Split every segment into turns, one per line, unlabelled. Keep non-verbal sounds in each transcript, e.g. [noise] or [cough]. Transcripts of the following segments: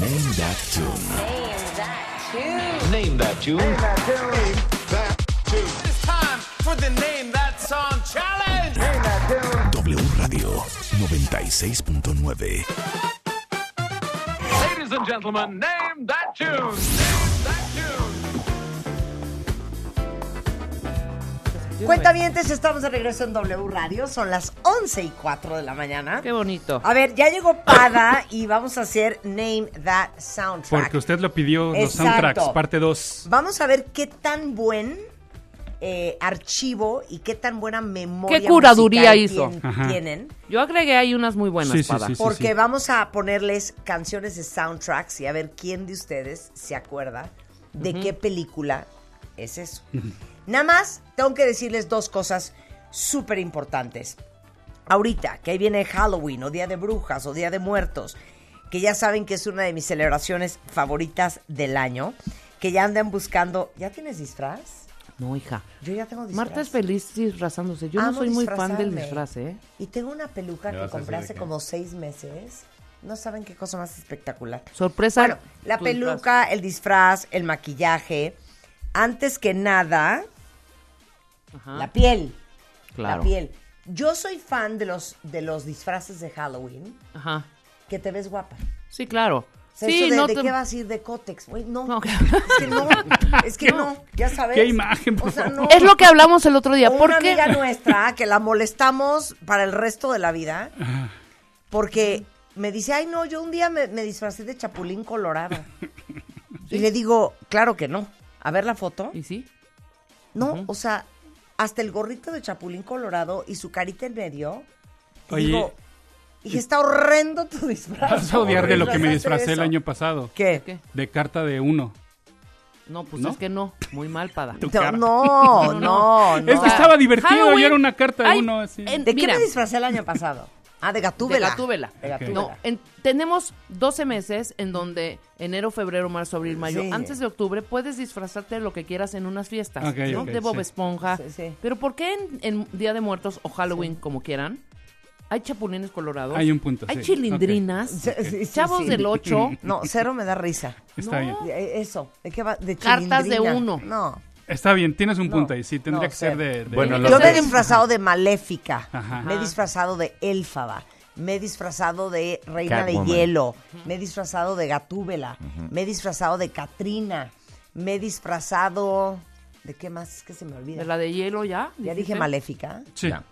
Name that tune.
Name that tune.
Name that tune.
It's time for the Name That Song Challenge.
W Radio 96.9.
Ladies and gentlemen, name that tune. Name that tune.
Cuentavientes, estamos de regreso en W Radio. Son las 11 y 4 de la mañana.
Qué bonito.
A ver, ya llegó Pada y vamos a hacer Name That Soundtrack.
Porque usted lo pidió, los
Exacto.
soundtracks, parte 2.
Vamos a ver qué tan buen eh, archivo y qué tan buena memoria.
¿Qué curaduría
musical
hizo?
tien-
Ajá.
tienen.
Yo agregué ahí unas muy buenas,
Sí, sí,
Pada.
sí, sí.
Porque vamos a ponerles canciones de soundtracks y a ver quién de ustedes se acuerda de qué película es eso. Nada más tengo que decirles dos cosas súper importantes. Ahorita, que ahí viene Halloween o Día de Brujas o Día de Muertos, que ya saben que es una de mis celebraciones favoritas del año, que ya andan buscando... ¿Ya tienes disfraz?
No, hija.
Yo ya tengo disfraz.
Marta es feliz disfrazándose. Yo no
Amo
soy muy fan del
disfrazarme.
disfraz, ¿eh?
Y tengo una peluca
Me
que
vas a
compré
decir de
hace
qué.
como seis meses. No saben qué cosa más espectacular.
Sorpresa.
Bueno, la
tu disfraz.
peluca, el disfraz, el maquillaje. Antes que nada,
Ajá,
la piel.
Ah. claro.
La piel. Yo soy fan de los, de los disfraces de Halloween,
Ajá.
que te ves guapa.
Sí, claro.
O sea,
sí,
eso de,
no
de
te-
qué vas a ir de cótex, güey, no.
No.
Es que no, es
[laughs]
que no, ya sabes.
Qué imagen, por
O sea,
favor.
no.
Es lo que hablamos el otro día.
O
¿Por
una
qué?
amiga nuestra que la molestamos para el resto de la vida porque me dice, ay no, yo un día me, me disfracé de chapulín colorado.
[laughs]
Y le digo, claro que no. A ver la foto.
¿Y sí?
No, o sea, hasta el gorrito de chapulín colorado y su carita en medio. Y
Oye.
digo, dije, está horrendo tu disfraz.
Vas a odiar de lo que me
Disfrazaste
disfracé
de
el
eso".
año pasado.
¿Qué?
¿Qué?
De carta de uno.
No, pues
¿No?
es que no. Muy mal, Pada.
Tu
No,
[laughs]
cara.
no, no,
Es
no.
que estaba divertido
Halloween,
y era una carta de
ay,
uno así.
en-
¿De
Mira.
qué me disfracé el año pasado? Ah, de
De
Gatúbela.
Gatúbela.
De Gatúbela.
No, en- tenemos 12 meses en donde enero, febrero, marzo, abril, mayo,
Sí.
antes de octubre, puedes disfrazarte de lo que quieras en unas fiestas.
Ok,
¿no?
ok,
de Bob
sí.
Esponja.
Sí, sí.
Pero ¿por qué en, en Día de Muertos o Halloween, como quieran, hay chapulines colorados?
Hay un punto,
Hay
sí.
chilindrinas.
Sí, sí, sí,
Chavos
sí. [laughs]
del 8.
No, cero me da risa.
Está bien.
Eh, Eso, ¿de qué va? De
Cartas de
chilindrina.
uno.
No.
Está bien, tienes un
No,
punto ahí. Sí, tendría
no,
que ser
cero.
de. de-
Bueno,
Tiene
Yo
que
me he
ser-
disfrazado de Maléfica,
Ajá.
me he disfrazado de Élfaba, me he disfrazado de Reina
Catwoman.
de Hielo, me he disfrazado de Gatúbela, me he disfrazado de Katrina, me he disfrazado... ¿De qué más? Es que se me olvida.
De la de hielo ya.
Ya
dijiste.
dije Maléfica.
Sí.
Ya.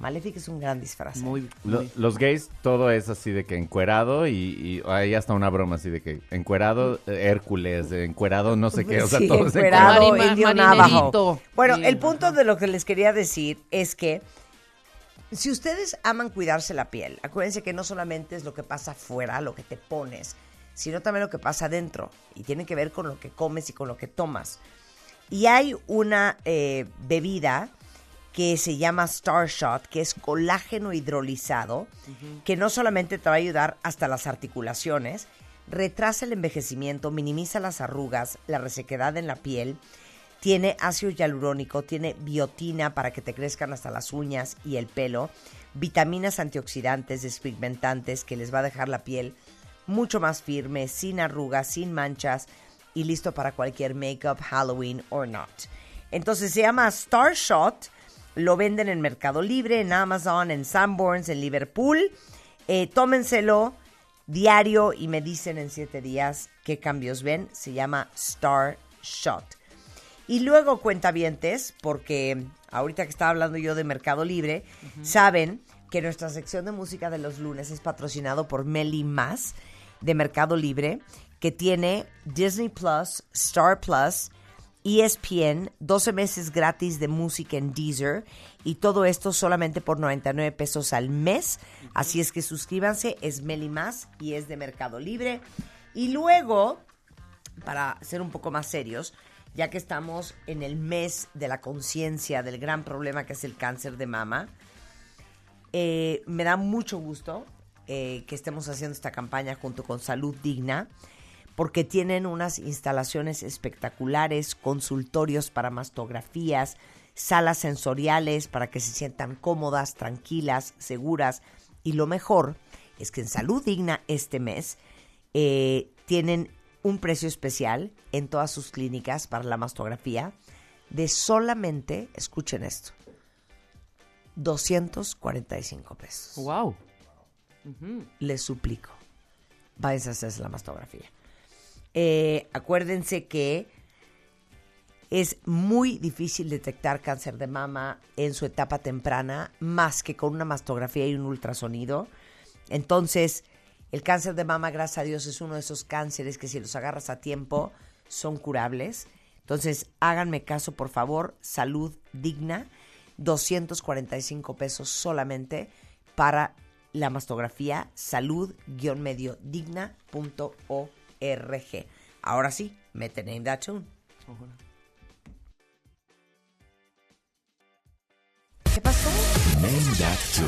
Maléfica es un gran disfraz. ¿eh?
Muy,
Lo-
muy-
los gays, todo es así de que encuerado y, y hay hasta una broma así de que encuerado eh, Hércules, eh, encuerado no sé qué, o sea,
Sí,
todo es
encuerado, eh.
encuerado.
Marima-
indio
marinerito.
navajo. Bueno,
Sí,
el punto
ajá.
de lo que les quería decir es que si ustedes aman cuidarse la piel, acuérdense que no solamente es lo que pasa afuera, lo que te pones, sino también lo que pasa adentro. Y tiene que ver con lo que comes y con lo que tomas. Y hay una eh, bebida que se llama Star Shot, que es colágeno hidrolizado, que no solamente te va a ayudar hasta las articulaciones, retrasa el envejecimiento, minimiza las arrugas, la resequedad en la piel, tiene ácido hialurónico, tiene biotina para que te crezcan hasta las uñas y el pelo, vitaminas antioxidantes, despigmentantes, que les va a dejar la piel mucho más firme, sin arrugas, sin manchas y listo para cualquier makeup, Halloween or not. Entonces se llama Star Shot, lo venden en Mercado Libre, en Amazon, en Sanborns, en Liverpool. Eh, tómenselo diario y me dicen en siete días qué cambios ven. Se llama Star Shot. Y luego cuentavientes, porque ahorita que estaba hablando yo de Mercado Libre, saben que nuestra sección de música de los lunes es patrocinado por Meli Más de Mercado Libre, que tiene Disney Plus, Star Plus, E ESPN, 12 meses gratis de música en Deezer y todo esto solamente por 99 pesos al mes. Así es que suscríbanse, es Meli Más y es de Mercado Libre. Y luego para ser un poco más serios, ya que estamos en el mes de la conciencia del gran problema que es el cáncer de mama, eh, me da mucho gusto eh, que estemos haciendo esta campaña junto con Salud Digna, porque tienen unas instalaciones espectaculares, consultorios para mastografías, salas sensoriales para que se sientan cómodas, tranquilas, seguras. Y lo mejor es que en Salud Digna este mes eh, tienen un precio especial en todas sus clínicas para la mastografía de solamente, escuchen esto, 245 pesos.
Wow.
Les suplico, vayan a hacerse la mastografía. Eh, acuérdense que es muy difícil detectar cáncer de mama en su etapa temprana, más que con una mastografía y un ultrasonido. Entonces, el cáncer de mama, gracias a Dios, es uno de esos cánceres que si los agarras a tiempo son curables. Entonces, háganme caso, por favor, salud digna, 245 pesos solamente para la mastografía salud-mediodigna.org. Ahora sí, meten en that tune. ¿Qué pasó?
Name that tune.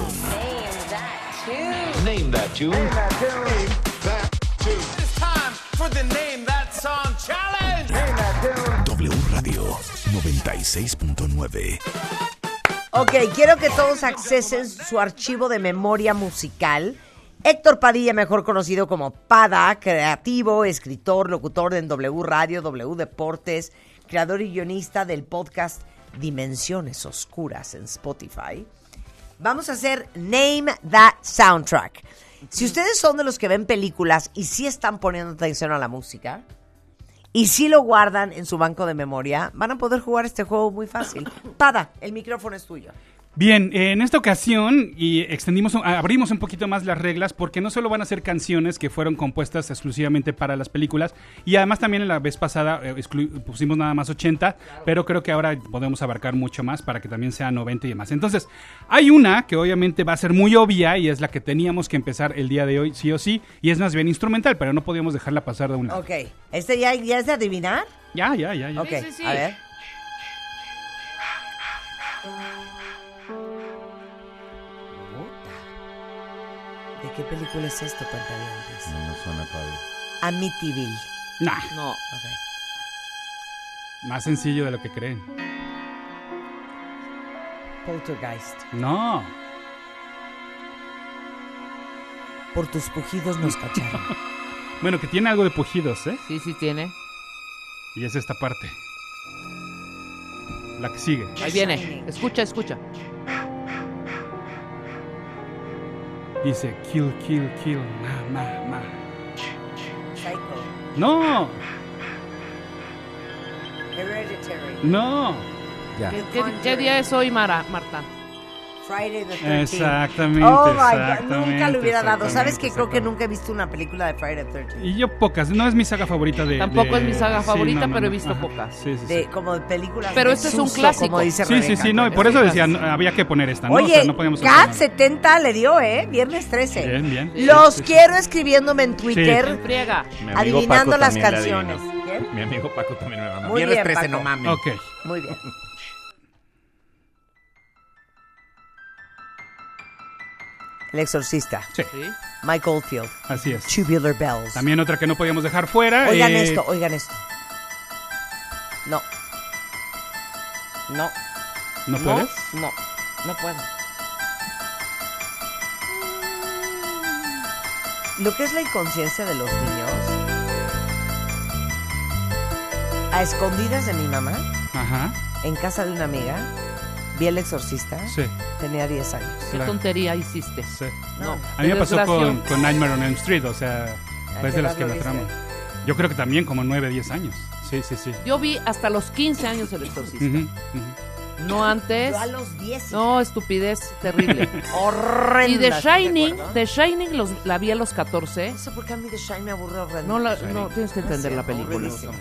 Name that tune.
It's time for the Name That Song Challenge.
W Radio 96.9.
Ok, quiero que todos accesen su archivo de memoria musical. Héctor Padilla, mejor conocido como Pada, creativo, escritor, locutor en W Radio, W Deportes, creador y guionista del podcast Dimensiones Oscuras en Spotify. Vamos a hacer Name That Soundtrack. Si ustedes son de los que ven películas y sí están poniendo atención a la música, y si lo guardan en su banco de memoria, van a poder jugar este juego muy fácil. Pada, el micrófono es tuyo.
Bien, eh, en esta ocasión y extendimos, un- abrimos un poquito más las reglas porque no solo van a ser canciones que fueron compuestas exclusivamente para las películas y además también la vez pasada eh, exclu- pusimos nada más 80, pero creo que ahora podemos abarcar mucho más para que también sea 90 y demás. Entonces, hay una que obviamente va a ser muy obvia y es la que teníamos que empezar el día de hoy sí o sí y es más bien instrumental, pero no podíamos dejarla pasar de un lado.
Ok, ¿este ya, ya es de adivinar?
Ya, ya, ya, ya.
Ok,
sí, sí.
a ver. ¿De qué película es esto, Pentavientes?
No suena todavía.
Amityville.
Nah,
No.
Ok.
más sencillo de lo que creen.
Poltergeist.
No.
Por tus pujidos nos cacharon.
Bueno, que tiene algo de pujidos, ¿eh?
Sí, sí tiene.
Y es esta parte. La que sigue.
[laughs] Ahí viene. Escucha, escucha.
Dice kill, kill, kill, ma, ma, ma.
Psycho.
No,
Hereditary.
no.
¿Qué, qué- qué día es hoy, Mara, Marta?
Friday the 13th.
Exactamente.
Oh my God,
exactamente,
nunca lo hubiera dado. ¿Sabes
exactamente,
que Creo que
exactamente.
nunca he visto una película de Friday the 13th.
Y yo pocas, no es mi saga favorita de...
Tampoco
de-
es mi saga favorita, pero he visto
Ajá,
pocas.
Sí, sí, sí.
De, como de películas.
Pero
de
este es un
susto,
clásico.
Como dice
Sí, sí,
Rebeca.
sí, no, y por eso decía, no, había que poner esta, ¿no?
Oye,
o sea, no podíamos
Cat
alternar.
70 le dio, ¿eh? Viernes 13.
Bien, bien.
Los
Sí, sí, sí.
quiero escribiéndome en Twitter.
Enfriega.
Mi amigo
Adivinando
Paco
las
también la
canciones.
adivinó.
Bien,
Mi amigo Paco también me mandó.
Muy
Viernes
bien,
13,
Paco.
no mames.
Ok.
Muy bien. El exorcista.
Sí,
Sí.
Mike Oldfield.
así es.
Tubular Bells.
También otra que no podíamos dejar fuera.
Oigan
eh,
esto, oigan esto. No. No.
¿No puedes?
No. No puedo. Lo que es la inconsciencia de los niños. A escondidas de mi mamá,
Ajá,
en casa de una amiga, vi el exorcista.
sí,
Tenía 10 años.
¿Qué
Claro.
tontería hiciste?
sí.
No.
A mí
Qué
me pasó
desgracia.
con, con Nightmare on Elm Street, o sea,
¿A
es
qué
de las
edad
que
lo
la
viste?
tramo. Yo creo que también como 9, 10 años. Sí, sí, sí.
Yo vi hasta los 15 años el exorcista.
Ujú, ujú.
No antes.
Yo a los 10.
No, estupidez
[laughs]
terrible.
Horrenda.
y The
¿estás de
Shining,
acuerdo?
The Shining los, la vi a los 14.
No sé por qué a mí The Shining me aburrió horrendo.
No, la- no tienes que
Ah, No es
entender la
cierto,
película.
horrible.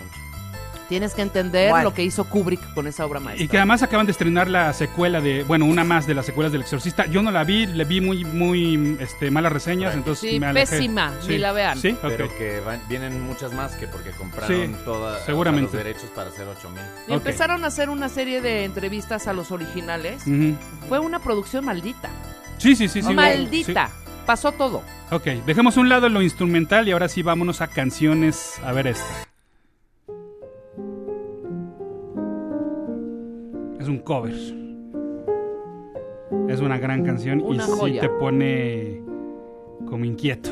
Tienes que entender
¿Cuál?
lo que hizo Kubrick con esa obra maestra.
Y que además acaban de estrenar la secuela de, bueno, una más de las secuelas del Exorcista. Yo no la vi, le vi muy, muy, este, malas reseñas, entonces
Sí,
me alejé.
pésima, ni la vean.
Sí, ok.
Pero que van- vienen muchas más que porque compraron
Sí,
todas
seguramente.
los derechos para hacer 8000.
Y
Ok.
empezaron a hacer una serie de entrevistas a los originales.
Ujú.
Fue una producción maldita.
Sí, Mm. sí, sí, sí.
maldita. Pasó todo.
Sí. Ok, dejemos a un lado lo instrumental y ahora sí vámonos a canciones. A ver esta. Es un cover. Es una gran canción
Una
y sí
joya.
te pone como inquieto.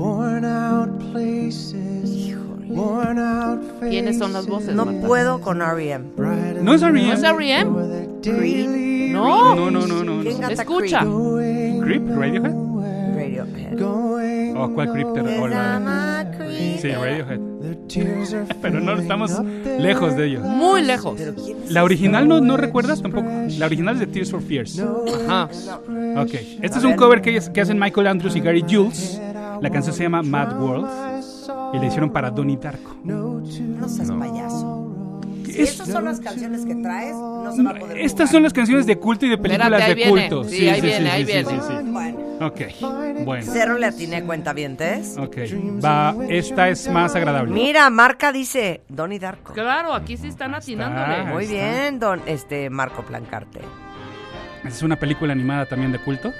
All places, worn out places, worn out faces.
¿Quiénes son las voces?
No
Marta?
puedo con E R.E.M.
Bright and
No es
¿No es
R.E.M.
R.E.M.
daily
No.
No, no, no, no.
¿Quién
no.
canta
Escucha.
¿Creep? ¿Radiohead?
Radiohead.
going.
¿O cuál Creep te
Cause
recuerda?
I'm a creep.
Sí, Radiohead.
The tears are
Pero no estamos
filling up their
lejos de ellos.
Muy lejos.
La original no, no recuerdas tampoco. La original es de Tears for Fears.
Ajá.
Ok. Este es un cover que, que hacen Michael Andrews y Gary Jules. La canción se llama Mad World. Y la hicieron para Donnie Darko.
No seas payaso. Si
Es-
estas son las canciones que traes, no se va a poder
Estas son
jugar.
las canciones de culto y de películas
Espérate, ahí
de
viene.
culto.
Sí, ahí viene, ahí viene.
Bueno,
Ok. Bueno.
cero le atiné cuenta vientes.
Ok. Va, esta es más agradable.
Mira, Marca dice Donnie Darko.
Claro, aquí sí están atinándole.
Muy
está.
bien, don este Marco Plancarte.
Es una película animada también de culto.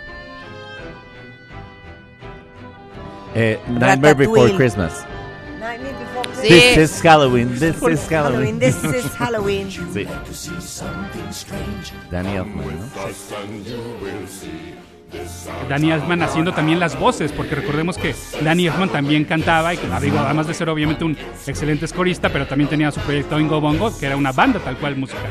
Eh, Nightmare Before
Ratatouille.
Christmas.
Sí.
This is Halloween. This
Por
is
Halloween,
Halloween.
this is
[laughs]
Halloween.
Sí. Danny Elfman, ¿no?
Danny Elfman haciendo también las voces, porque recordemos que Danny Elfman también cantaba y que, digo, además de ser obviamente un excelente escorista, pero también tenía su proyecto Oingo Bongo, que era una banda tal cual musical.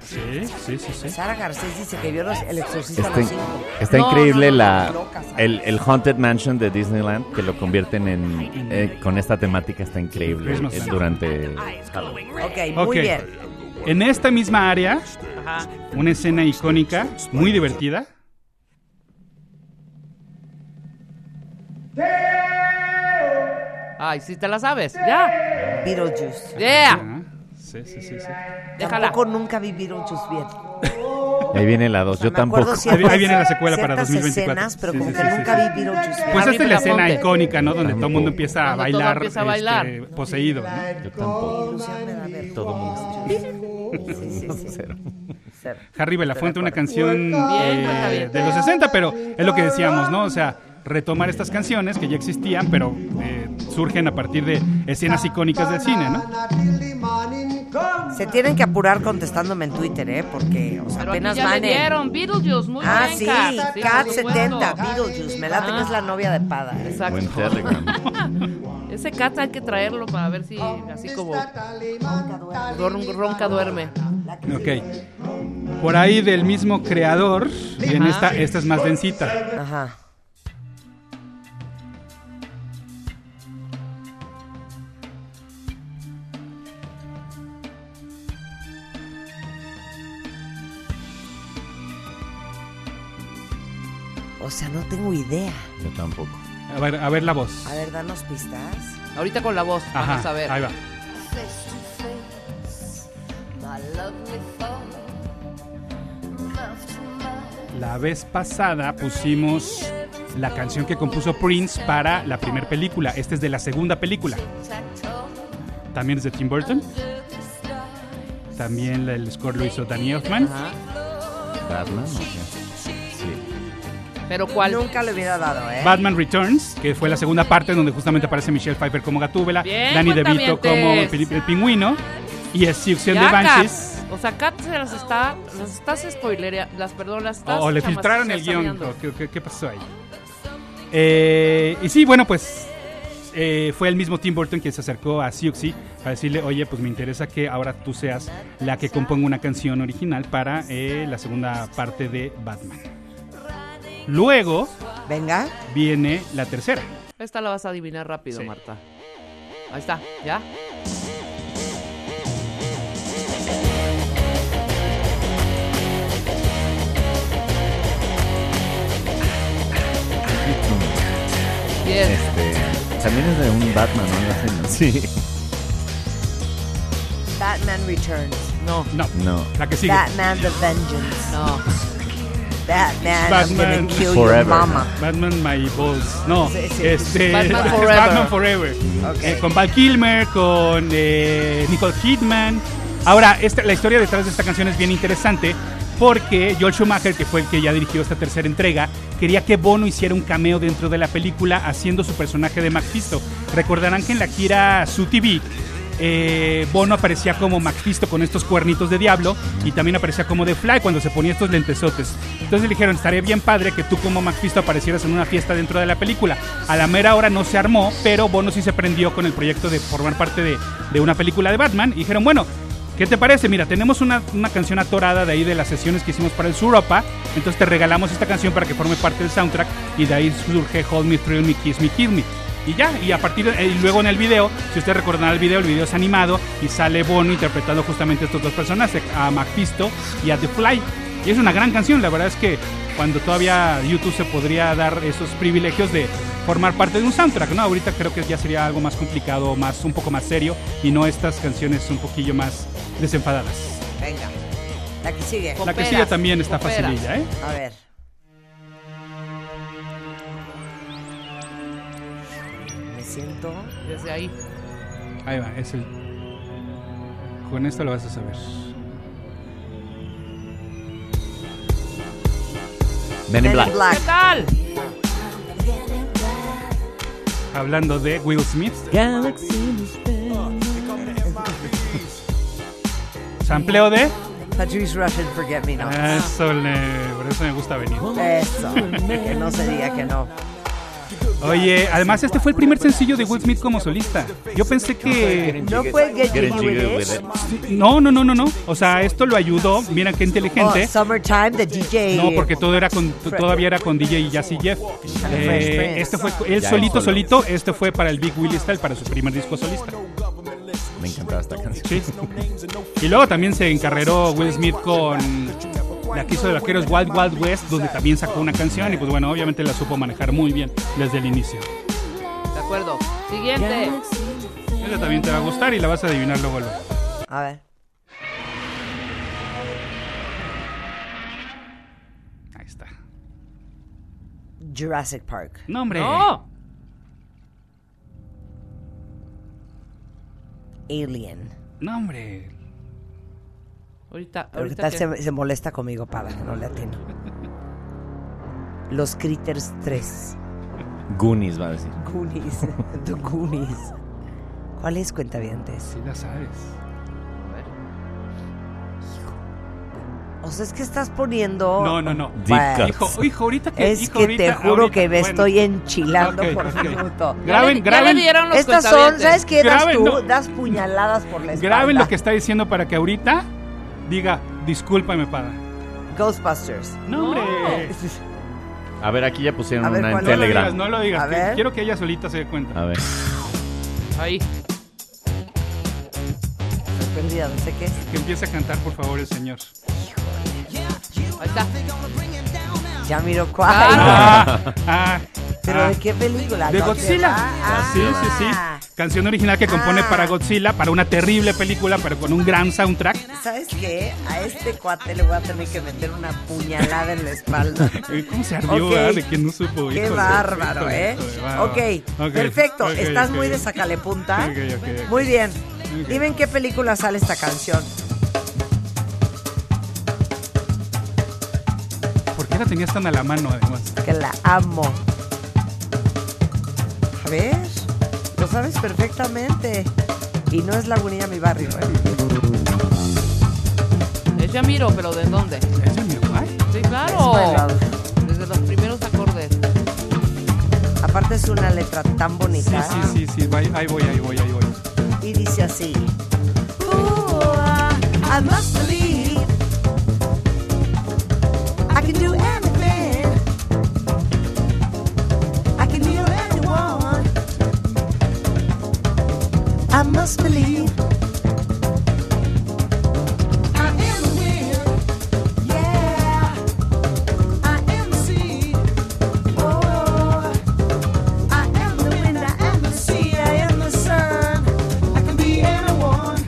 Sí, sí, sí, sí.
Sara Garcés dice que vio los- el exorcista a
Está,
los cinco.
está
No,
increíble
no, no,
la,
locas, ¿sabes?
el, el Haunted Mansion de Disneyland, que lo convierten en... eh, con esta temática está increíble
Christmas
eh,
Land.
durante...
Ok, muy
Ok.
bien.
En esta misma área, una escena icónica, muy divertida.
Ay, si te la sabes. Ya.
Beetlejuice.
Yeah.
Ah, Sí, sí, sí, sí.
Déjala.
Tampoco nunca vi Beetlejuice bien.
Ahí viene la 2, yo
Me acuerdo
tampoco.
ciertas-
Ahí viene la secuela para
ciertas
2024.
escenas, pero
Sí,
como
sí,
que
sí, sí,
nunca
sí.
vi Beetlejuice bien.
Pues esta es la escena
Ponte.
icónica, ¿no? Donde todo el mundo empieza a
Cuando todo
bailar,
empieza a bailar.
este, poseído. ¿no?
Yo
Pues
tampoco.
Ilusión me da ver.
Todo mundo.
Sí, sí, sí.
Cero.
Cero.
Harry Belafuente, una canción
Bien,
eh,
está bien.
de los 60, pero es lo que decíamos, ¿no? O sea, retomar estas canciones que ya existían, pero eh, surgen a partir de escenas icónicas del cine, ¿no?
Se tienen que apurar contestándome en Twitter, ¿eh? Porque o sea,
Pero
apenas
aquí ya
van
le
en-
dieron Beetlejuice, muy
Ah,
bien,
sí,
Kat. por
Cat
supuesto.
70, Beetlejuice. Me late que
Ah.
es la novia de Pada. ¿eh?
Exacto.
Buen Telegram.
Ese Cat hay que traerlo para ver si así como ron- ronca duerme.
Ok. Por ahí del mismo creador, y en
Ajá.
esta, esta es más densita.
Ajá. O sea, no tengo idea.
Yo tampoco.
A ver, a ver la voz.
A ver, danos pistas.
Ahorita con la voz,
Ajá,
vamos a ver.
ahí va. La vez pasada pusimos la canción que compuso Prince para la primera película. Esta es de la segunda película. También es de Tim Burton. También la- el score lo hizo Danny Elfman.
Ajá.
Batman, ¿o qué? Sí.
Pero cuál.
Nunca le hubiera dado, ¿eh?
Batman Returns, que fue la segunda parte donde justamente aparece Michelle Pfeiffer como Gatúbela,
Bien,
Danny DeVito como el,
cuentavientes.
pi- el pingüino y Excepción de
Ya,
Banshees.
Kat. O sea, Kat se las está, las estás spoilerea, las perdón, las
O,
estás.
o Oh, le
chamas-
filtraron el guión.
chasameando.
o ¿Qué, qué- qué pasó ahí? Eh, y sí, bueno, pues eh, fue el mismo Tim Burton quien se acercó a Siuxi para decirle, oye, pues me interesa que ahora tú seas la que componga una canción original para eh, la segunda parte de Batman. Luego
Venga.
viene la tercera.
Esta la vas a adivinar rápido,
Sí.
Marta. Ahí está, ya. Bien.
Este, también es de un Batman, ¿no? Algo así, ¿no? Sí.
Batman Returns.
No,
No,
No.
la que sigue.
Batman The Vengeance.
no.
Batman, I'm
Batman
gonna kill your
Forever.
mama.
Batman My Balls. No,
Sí, sí.
este.
Batman
[laughs] es
Forever.
Batman Forever. Eh, con Val Kilmer, con eh, Nicole Kidman. Ahora, esta- la historia detrás de esta canción es bien interesante porque Joel Schumacher, que fue el que ya dirigió esta tercera entrega, quería que Bono hiciera un cameo dentro de la película haciendo su personaje de Mephisto. Recordarán que en la gira Su TV eh, Bono aparecía como Maxisto con estos cuernitos de diablo y también aparecía como The Fly cuando se ponía estos lentesotes. Entonces le dijeron, estaría bien padre que tú como Maxisto aparecieras en una fiesta dentro de la película. A la mera hora no se armó, pero Bono sí se prendió con el proyecto de formar parte de, de una película de Batman y dijeron, bueno, ¿Qué te parece? Mira, tenemos una, una canción atorada de ahí de las sesiones que hicimos para el Suropa. Entonces te regalamos esta canción para que forme parte del soundtrack. Y de ahí surge Hold Me, Thrill Me, Kiss Me, Kill Me. Y ya, y a partir de, eh, y luego en el video, si usted recordará el video, el video es animado y sale Bono interpretando justamente a estos dos personajes, a Mephisto y a The Fly. Y es una gran canción, la verdad es que cuando todavía YouTube se podría dar esos privilegios de formar parte de un soundtrack, ¿no? Ahorita creo que ya sería algo más complicado, más un poco más serio y no estas canciones un poquillo más desenfadadas.
Venga. La que sigue.
La que
Poperas,
sigue también está
poperas.
facililla, ¿eh?
A ver. Me siento.
Desde ahí.
Ahí va, es el. Con esto lo vas a saber.
Men in Black.
¿Qué tal?
Hablando de Will Smith, sampleo de.
Patrice Russian, Forget Me Not.
Eso le. Por eso me gusta venir.
Eso. Que no se diga que no.
Oye, además este fue el primer sencillo de Will Smith como solista. Yo pensé que.
No puedes get
Get in
jiggy
jiggy
with
with
it.
it.
No, no, no, no, no. O sea, esto lo ayudó. Mira qué inteligente.
Oh, summertime, the DJ.
No, porque todo era con, t- todavía era con DJ y Jazzy Jeff. Eh,
Fresh Prince.
este fue él
Ya,
solito,
solo.
solito. Este fue para el Big Willie Style, para su primer disco solista.
Me encantaba esta canción.
Sí. Y luego también se encarreró Will Smith con la que hizo de vaqueros Wild Wild West, donde también sacó una canción y pues bueno, obviamente la supo manejar muy bien desde el inicio.
De acuerdo. Siguiente.
Esa también te va a gustar y la vas a adivinar luego. luego.
A ver.
Ahí está.
Jurassic Park.
No, hombre.
No.
Alien.
No, hombre.
Ahorita,
Pero ¿qué
ahorita.
tal
que-
se, se molesta conmigo para que no le atino? Los Critters 3.
Goonies, va a decir.
Goonies. [laughs] The Goonies. ¿Cuál es, cuentavientes?
Sí la sabes.
O sea, es que estás poniendo...
No, no, no.
Deep
Bueno.
Cut.
Hijo, hijo, ahorita que
Es
hijo,
que te
ahorita-
juro que me
ahorita,
estoy
bueno.
enchilando
Ok,
por
ok.
minuto.
Ya le-
Graben,
ya le
graben.
dieron los
Estas son,
cuentavientes.
¿sabes qué das
Graben,
tú?
no.
Das puñaladas por la espalda.
Graben lo que está diciendo para que ahorita diga, discúlpame, Pada.
Ghostbusters. [laughs]
No, hombre.
A ver, aquí ya pusieron
A ver,
una
¿cuál
en
es?
No lo
Telegram.
digas, no lo digas.
A
que-
ver.
Quiero que ella solita se dé cuenta.
A ver.
Ahí.
Sorprendida, no sé qué es.
Que empiece a cantar, por favor, el señor.
Ahí está.
Ya miro cuál.
Ah, ah,
¿Pero
ah.
de qué película?
De
¿No te
Godzilla.
va? Ah,
sí, sí, sí. Canción original que compone
Ah.
para Godzilla, para una terrible película, pero con un gran soundtrack.
¿Sabes qué? A este cuate le voy a tener que meter una puñalada en la
[laughs]
espalda.
Eh, ¿Cómo se ardió,
Ok.
ah, De que no supo.
Qué
híjole,
bárbaro,
híjole,
¿eh?
híjole, bárbaro.
Ok,
Ok,
perfecto.
ok,
Estás
ok.
muy de sacalepunta.
Ok, ok, ok.
Muy bien.
Ok.
Dime en qué película sale esta canción.
¿Por qué la tenías tan a la mano, además?
Que la amo. A ver, lo sabes perfectamente. Y no es Lagunilla mi barrio, ¿eh?
Es Yamiro, pero ¿de dónde?
¿Es de Uruguay?
Sí,
Es
claro.
bailado.
Desde los primeros acordes.
Aparte es una letra tan
Sí,
bonita.
sí, sí, sí. va- Ahí voy, ahí voy, ahí voy.
Y dice así. Ooh, ah, I must believe I can do anything. I can heal anyone. I must believe. I am the wind. Yeah. I am the sea. Oh, I am the wind. I am the sea. I am the sun. I can be anyone.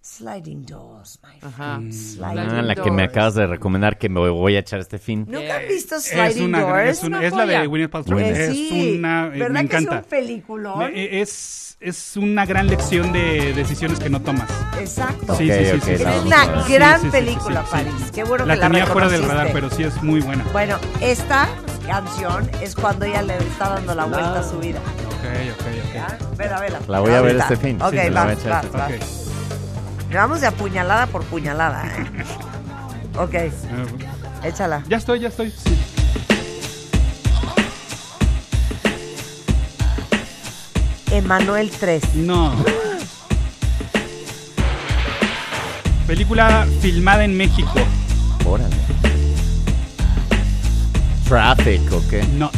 Sliding doors, my friend.
Ajá.
Sliding
Ah, la que me acabas de recomendar que me voy a echar este fin.
¿Nunca han visto
Eh, Es,
Sliding
una, gran-
Doors?
es, una-
una
es la de
joya.
Winnie Paltrow.
Bueno.
Es
Pues sí.
una. eh,
¿Verdad
me
que
encanta.
es un peliculón?
Me- eh, es, es una gran lección de decisiones que no tomas.
Exacto.
Sí, sí, sí, sí,
Ok, ok,
sí.
es
la vamos a
una
ver.
gran
Sí, sí, sí,
película,
sí, sí.
París. Qué bueno
La
que la
tenía fuera del radar,
reconociste.
pero sí es muy buena.
Bueno, esta canción es cuando ella le está dando la vuelta a su vida.
ok,
¿Ah? Vela, vela.
La voy a ver
Ahorita.
este fin.
Ok,
Sí, me
vas,
la voy a echar
vas,
este
ok.
vas.
Ok.
Vamos de apuñalada por puñalada. ¿eh? ok,
Ah,
échala.
ya estoy, ya estoy. Sí.
Emanuel 3.
No. Película filmada en México.
Órale. Traffic, ¿o qué?
No.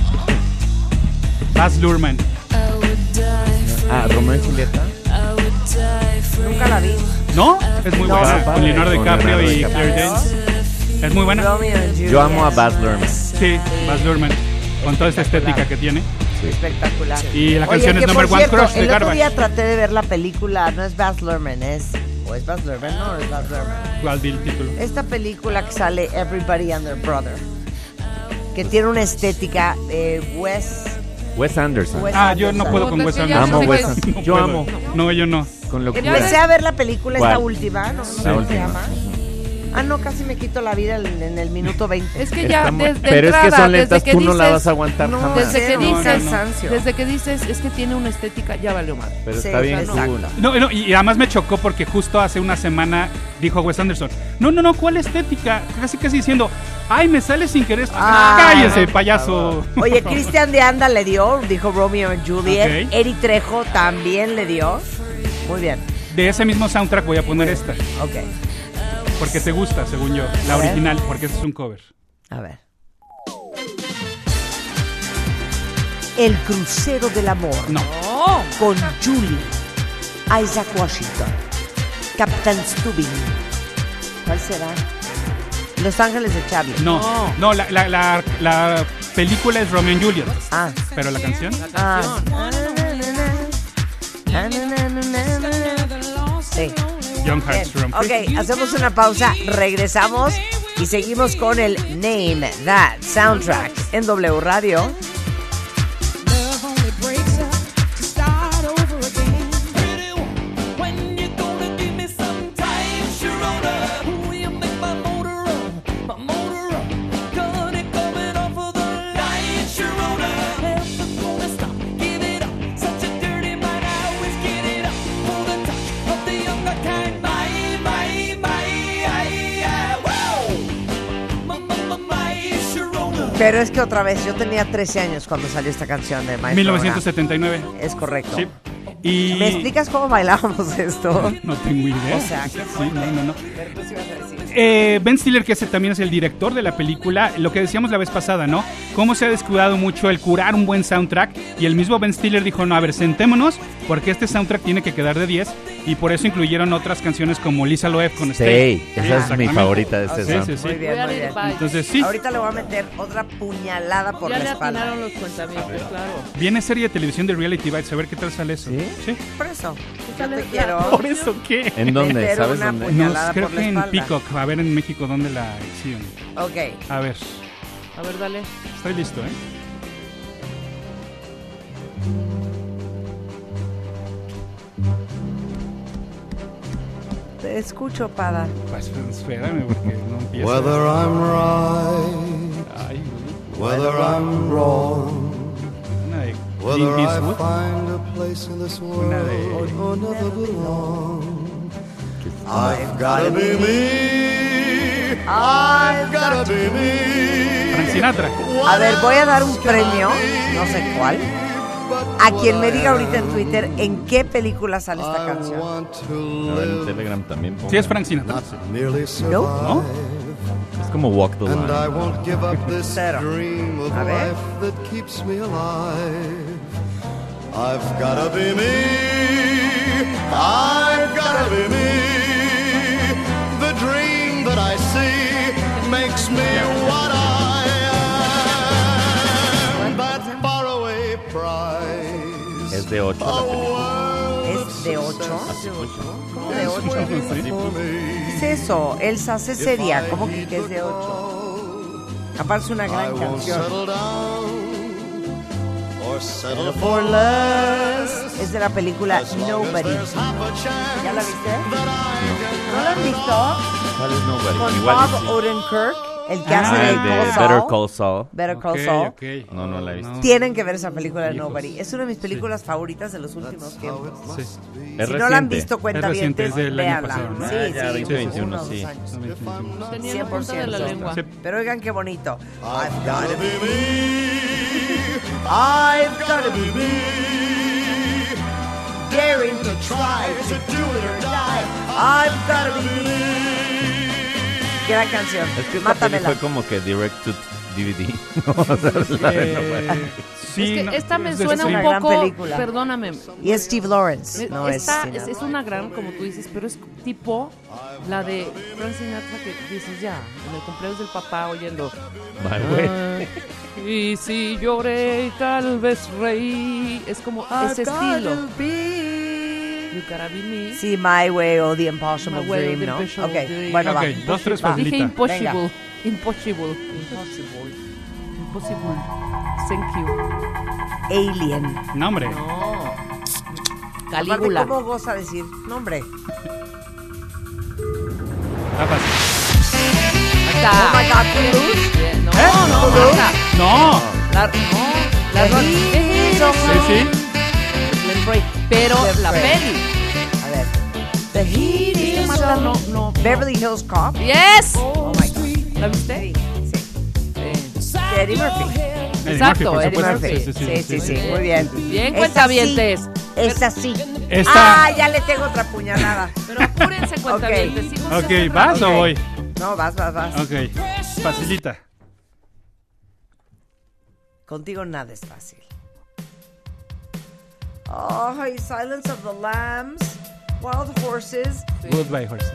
Baz Luhrmann.
Ah, Romeo y Julieta.
Nunca la vi.
¿No? Es muy
No,
buena.
no,
Con Leonardo
con
DiCaprio
Leonardo
y
DiCaprio.
Claire Danes. Es muy buena.
Romeo and Juliet.
Yo amo a Baz Luhrmann.
Sí, Baz Luhrmann. Con toda esta estética que tiene.
Espectacular.
Y la canción
Oye, que
es Number
por
One
cierto,
Crush de
el otro día
Garbage.
traté de ver la película, no es Baz Luhrmann, es... ¿O es Baz Luhrmann? No, es Baz Luhrmann.
¿Cuál vi el título?
Esta película que sale Everybody and Their Brother, que tiene una estética eh, Wes...
Wes Anderson.
Wes
Ah, yo no
Anderson.
puedo con
Puta, Pues
Wes
yo ya
Anderson.
Amo
sé
Wes
que-
Anderson.
No
Yo
puedo.
amo.
No, yo no.
Con locura.
Empecé a ver la película, esta
¿Cuál?
última, no, no sé
La
cómo se
última.
llama. Ah, no, casi me quito la vida en, en el minuto 20.
Es que ya
Está mu-
desde
Pero es que
entrada,
son lentas,
desde que
tú no la
dices-
vas a aguantar
no,
jamás.
desde que
Cero,
dices-
cansancio.
Desde que dices, es que tiene una estética, ya valió mal.
Pero
Sí,
está bien
exacto.
cool.
No, no, y y además me chocó porque justo hace una semana dijo Wes Anderson, no, no, no, ¿cuál estética? Casi casi diciendo, ay, me sale sin querer.
Ah.
Cállese, payaso.
Oye, Cristian de Anda le dio, dijo Romeo and Juliet.
Ok.
Eri Trejo también le dio. Muy bien,
[laughs] De ese mismo soundtrack voy a poner esta,
ok.
porque te gusta, según yo, la
A ver.
original, porque este es un cover.
A ver. El crucero del amor.
No.
Con Julie, Isaac Washington, Captain Stubing. ¿Cuál será? Los Ángeles de Charlie.
No, no, la, la, la, la película es Romeo y Juliet,
Ah.
pero la canción...
Ah. Na, na, na, na, na, na. Sí.
John
Bien.
Hartstrom.
Ok, hacemos una pausa, regresamos y seguimos con el Name That Soundtrack en W Radio. Pero es que otra vez, yo tenía 13 años cuando salió esta canción de Maestro
1979.
Abraham. Es correcto.
Sí. Y...
¿Me explicas cómo bailábamos esto?
No tengo idea.
O sea, qué
Sí,
fuerte.
no, no, no. Eh, ben Stiller, que ese también es el director de la película, lo que decíamos la vez pasada, ¿no? Cómo se ha descuidado mucho el curar un buen soundtrack. Y el mismo Ben Stiller dijo, no, a ver, sentémonos, porque este soundtrack tiene que quedar de 10. Y por eso incluyeron otras canciones como Lisa Loeb con Stay.
Sí, esa es mi
exactamente.
favorita de este
Sí, sí,
soundtrack.
sí.
Muy bien,
Voy a
muy
leer,
bien.
bye.
Entonces sí,
Ahorita le voy a meter otra puñalada por
ya
la
le
espalda.
atinaron los cuentamientos, claro.
viene serie de televisión de Reality Bites, a ver qué tal sale eso.
¿Sí?
Por eso. Yo
sale
te
la-
quiero.
¿Por eso qué?
¿En dónde?
Meter
¿Sabes
una
dónde?
puñalada. Puñalada
No, creo
por la
que en
espalda.
Peacock, a ver en México dónde la exhiben.
Ok.
A ver,
A ver, dale.
estoy listo, ¿eh?
Te escucho, Pada.
Pues espérame porque no empiezo.
Whether I'm right,
Ay, güey.
Ah, whether I'm wrong,
Una de Clint
whether I
Eastwood.
find a place in this world
Una de-
or never belong. I've gotta be me. I've gotta be
Frank
me.
Sinatra.
A ver, voy a dar un premio, no sé cuál, a quien me diga ahorita en Twitter en qué película sale esta
I
canción.
want to
A ver, en
live,
Telegram también.
Sí, es Frank
pongan.
Sinatra.
merely
¿No?
survive.
Es pues como Walk the
And
Line.
I won't give up this dream of
A ver.
life that keeps me alive. I've gotta be me. I've gotta be me. The dream that I see makes me what I am. That faraway prize.
Es de 8
A
la película.
world of
¿Es de ocho? ¿Cómo de ocho?
success for me.
¿Qué es eso? Elsa, sé seria. ¿Cómo que que es de ocho? Aparte es una
I
gran
won't
canción.
settle down or settle for less.
Es de la película
As long as
Nobody.
there's half a chance
¿Ya la viste?
that I
¿No la han visto?
¿Cuál es Nobody?
Con
Igual y
Bob
sí.
Odenkirk el que hace
Ah,
de
de
Call Saul,
Better Call Saul.
Better Call
Ok,
Saul.
ok.
No, no la he visto.
Tienen que ver esa película de
Hijos.
Nobody. Es una de mis películas favoritas de los últimos tiempos.
Sí.
Es
si no la han
reciente.
visto,
Es
cuenta bien,
reciente, es del año pasado, ¿no?
Sí,
Ah, ya,
sí,
2021,
unos
sí.
años.
Tenía la punta de la
100%.
lengua.
Sí.
Pero oigan qué bonito. I've got
gotta
it.
be me. I've gotta be me. Daring to try to do it or die.
I've gotta be me. Gran canción.
Es que esta peli
Mátamela.
fue como que direct to DVD. ¿no? O sea, la de [laughs]
Eh,
Nobody.
sí,
es que
no,
esta me
es de
suena
una
un
streaming.
gran
poco,
película.
perdóname,
Y es Steve Lawrence.
me-
No
esta
es.
es, es una gran, como tú dices, pero es tipo la de Frank Sinatra que dices ya, en el cumpleaños del papá oyendo.
[laughs] Bye, güey.
"Ah, y si lloré y tal vez reí, es como "Ah, ese estilo. You gotta be me.
Sí, My Way o The Impossible
My Way o
Dream,
The
¿no?
Impossible
Ok,
Dream.
bueno,
Ok,
va.
dos, tres
Va.
Dije
facilita.
impossible. Impossible. Impossible. Impossible. Thank you.
Alien.
No, hombre.
Aparte,
Calígula.
¿cómo goza decir nombre?
Está fácil.
Oh my God, Toulouse.
Bien, No,
¿Eh?
no, Marta.
No.
La, no, la rola.
Sí, sí.
Pero
Let's
la
pray.
peli.
A ver.
The heat is Marta, no, no.
Beverly Hills Cop.
Yes.
Oh my God.
¿La viste?
Sí, sí. De Eddie Murphy.
Eddie
Exacto,
por
Eddie
supuesto.
Murphy.
Sí, sí, sí, muy bien.
Bien,
Esa
cuentavientes.
sí, Esa sí.
Esta-
Ah, ya le tengo otra puñalada.
Pero apúrense, cuentavientes. sí, vamos a hacer
Ok,
otra
¿vas o
Ok.
voy?
No, vas, vas, vas.
Ok. Facilita.
Contigo nada es fácil. Ay, Silence of the Lambs, Wild Horses.
Goodbye, horses.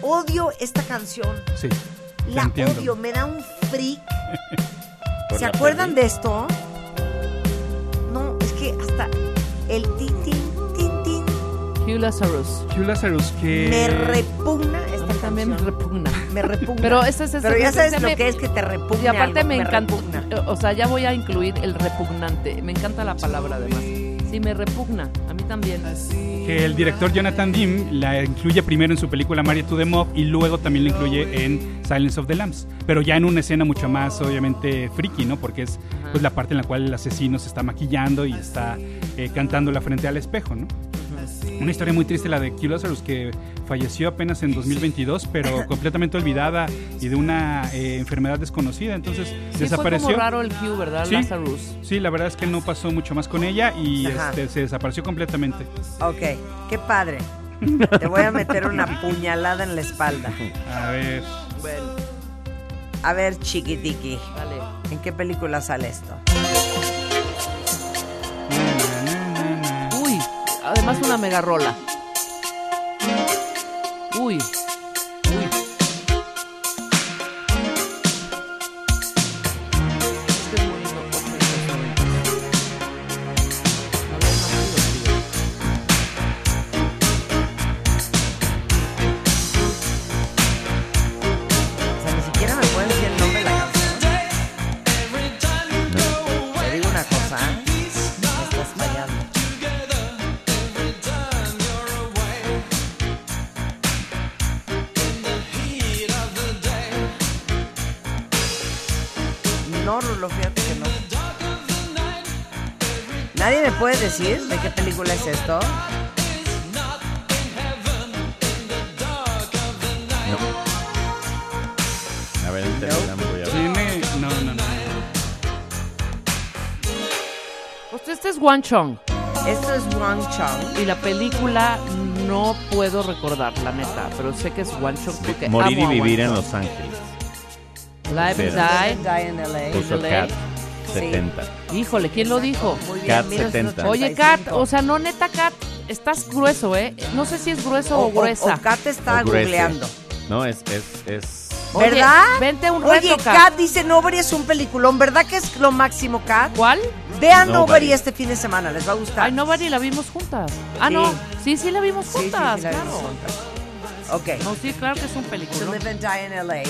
Odio esta canción.
Sí. te
La
entiendo.
odio, me da un freak.
Por
Ah. ¿Se
la
acuerdan
peli.
de esto? No, es que hasta el tin, tin, tin, tin
Hugh Lazarus.
Hugh Lazarus, que.
me repugna
A
esta
mí también me
canción.
repugna.
Me repugna.
Pero ese es- ese-
Pero ya
ese
sabes lo
me-
que es que te repugna.
Y aparte
algo,
me encanta, eh,
repugna.
o sea, ya voy a incluir el repugnante. Me encanta la palabra además. Sí, me repugna, a mí también.
que el director Jonathan Dim la incluye primero en su película Mario to the Mob y luego también la incluye en Silence of the Lambs, pero ya en una escena mucho más obviamente friki, ¿no? Porque es pues la parte en la cual el asesino se está maquillando y está eh, cantándola frente al espejo, ¿no? Una historia muy triste la de Q Lazarus que falleció apenas en 2022,
[laughs]
pero completamente olvidada y de una eh, enfermedad desconocida, entonces
Sí,
desapareció.
fue como raro el Q, ¿verdad?
Sí.
Lazarus.
Sí, la verdad es que no pasó mucho más con ella y
Ajá.
este, se desapareció completamente.
Ok, qué padre. Te voy a meter una puñalada en la espalda.
A ver.
Bueno,
A ver, chiquitiqui,
vale.
¿en qué película sale esto?
Uy, además una mega rola. Uy, uy. Este es muy loco, este es muy loco. A ver, más divertido.
O sea, ni siquiera me pueden decir el nombre de la canción. Te digo una cosa, ¿eh? me estás fallando. No, Rulo, fíjate que no. ¿Nadie me puede decir de qué película es esto?
A ver, el telegrama voy a ver.
Tiene. No, no, no.
Pues este es Wang Chong
Esto es Wang Chong.
y la película no puedo recordar, la neta, pero sé que es Wang Chong porque
Morir y
amo a
vivir en
Wang
Los Ángeles.
Chong. Live
Die
and
in LA.
Puso
LA.
Cat 70.
Die. Híjole, ¿quién lo dijo?
Muy bien,
Cat
1985.
70.
Oye, Kat, o sea, no, neta, Kat, estás grueso, ¿eh? No sé si es grueso o, gruesa.
o Kat está
O gruesa.
googleando.
No, es, es, es.
Oye,
¿Verdad?
vente un
Oye,
reto,
Kat.
Kat.
dice Nobody es un peliculón. ¿Verdad que es lo máximo, Kat?
¿Cuál?
Vean Nobody.
Nobody.
este fin de semana, les va a gustar.
Ay, Nobody la vimos juntas. Ah,
Sí.
no. Sí, sí la vimos
Sí, sí, sí,
juntas,
la
claro.
vimos juntas. Ok.
No, sí, claro que es un
To
película.
Live and Die in LA.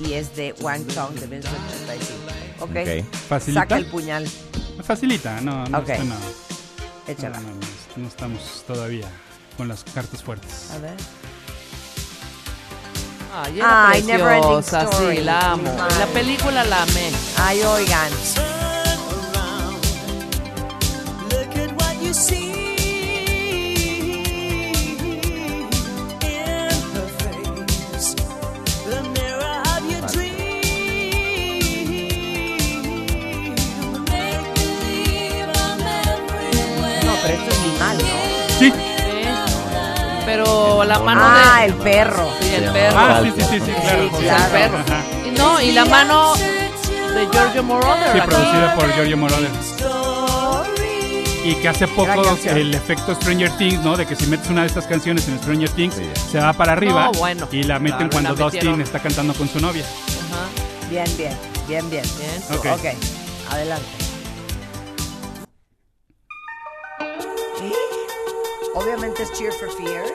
Y es de Wang Chong de 1985. Ok.
Ok.
¿Facilita?
Saca el puñal.
Facilita, no, no,
Ok.
está, no, no,
Échala.
no, no, no estamos todavía con las cartas fuertes.
A ver.
Ay, era
Ay, Never Ending
preciosa,
Story.
sí, la amo.
Ay.
La película la amé.
Ay, oigan. No, pero esto es mi mal, ¿no?
Sí.
Sí. ¿eh? Pero la mano de...
Ah, el perro.
Sí, el perro.
Ah, sí, sí, sí, sí, claro.
Sí, claro.
perro.
Ajá.
Y No, y la mano de Giorgio Moroder.
Sí,
aquí.
producida por Giorgio Moroder. Y que hace poco
Gran canción.
el efecto Stranger Things, ¿no? De que si metes una de estas canciones en Stranger Things, se va para arriba
No, bueno.
y la meten
Claro,
cuando
la metieron.
Dustin está cantando con su novia.
Ajá.
Bien, bien, bien, bien.
Bien.
Ok.
Ok, adelante. ¿Sí? Obviamente es Cheer for Fears.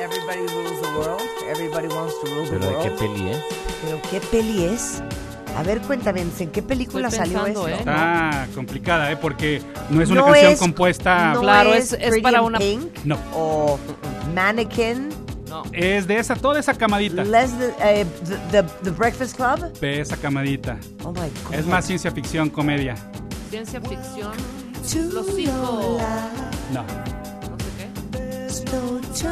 Everybody rules the world. Everybody wants to rule the
Pero de
world.
qué peli es.
Pero qué peli es. A ver, cuéntame, ¿en qué película
Estoy
salió
pensando,
esto?
¿eh?
Está complicada, ¿eh? Porque no es una
No
canción
es-
compuesta.
no
Claro, es- es
Pretty
para
in
una-
Pink
No.
o Mannequin,
No.
Es de esa, toda esa camadita.
Les the, eh, the, the- the Breakfast Club.
De esa camadita.
Oh my God.
Es más ciencia ficción, comedia.
Ciencia ficción. Los cinco.
No.
No sé qué.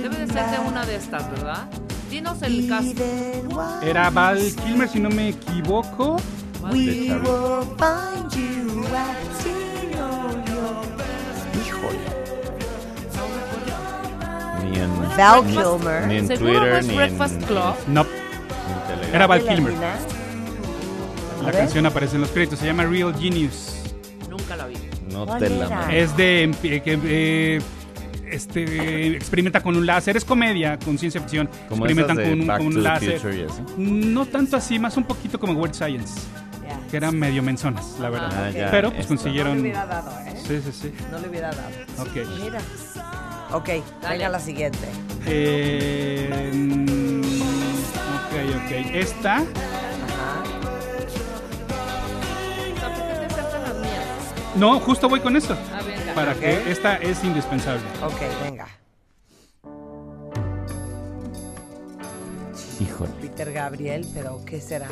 Debe de ser de una de estas, ¿verdad? Dinos el caso.
Era Val Kilmer, si no me equivoco.
Ni en,
Val Kilmer.
ni en
Seguro no
Twitter,
es
ni en,
Breakfast Club.
No.
ni en Telegram.
Era Val
¿Te la
Kilmer.
imaginas? A
La
ver.
canción aparece en los créditos. Se llama Real Genius.
Nunca la vi.
No
¿Cuál
te
era?
la
Es de eh, que eh, este experimenta con un láser, es comedia con ciencia ficción,
Como
experimentan
esas de
con un,
Back
con un
to the
láser.
Future y así.
No tanto así, más un poquito como Weird Science, que eran medio menzones, la verdad.
Ah, ya,
Pero
No
pues
esta.
le
consiguieron.
hubiera dado, ¿eh?
Sí, sí, sí.
No le hubiera dado.
Ok.
Mira. Ok, venga la siguiente.
Eh, mm, ok, ok. Esta,
Ajá.
O sea, ¿por qué te acercan las mías?
no, justo voy con eso.
A ver, venga.
Para que esta es indispensable.
Ok, venga.
Híjole.
Peter Gabriel, pero ¿qué será?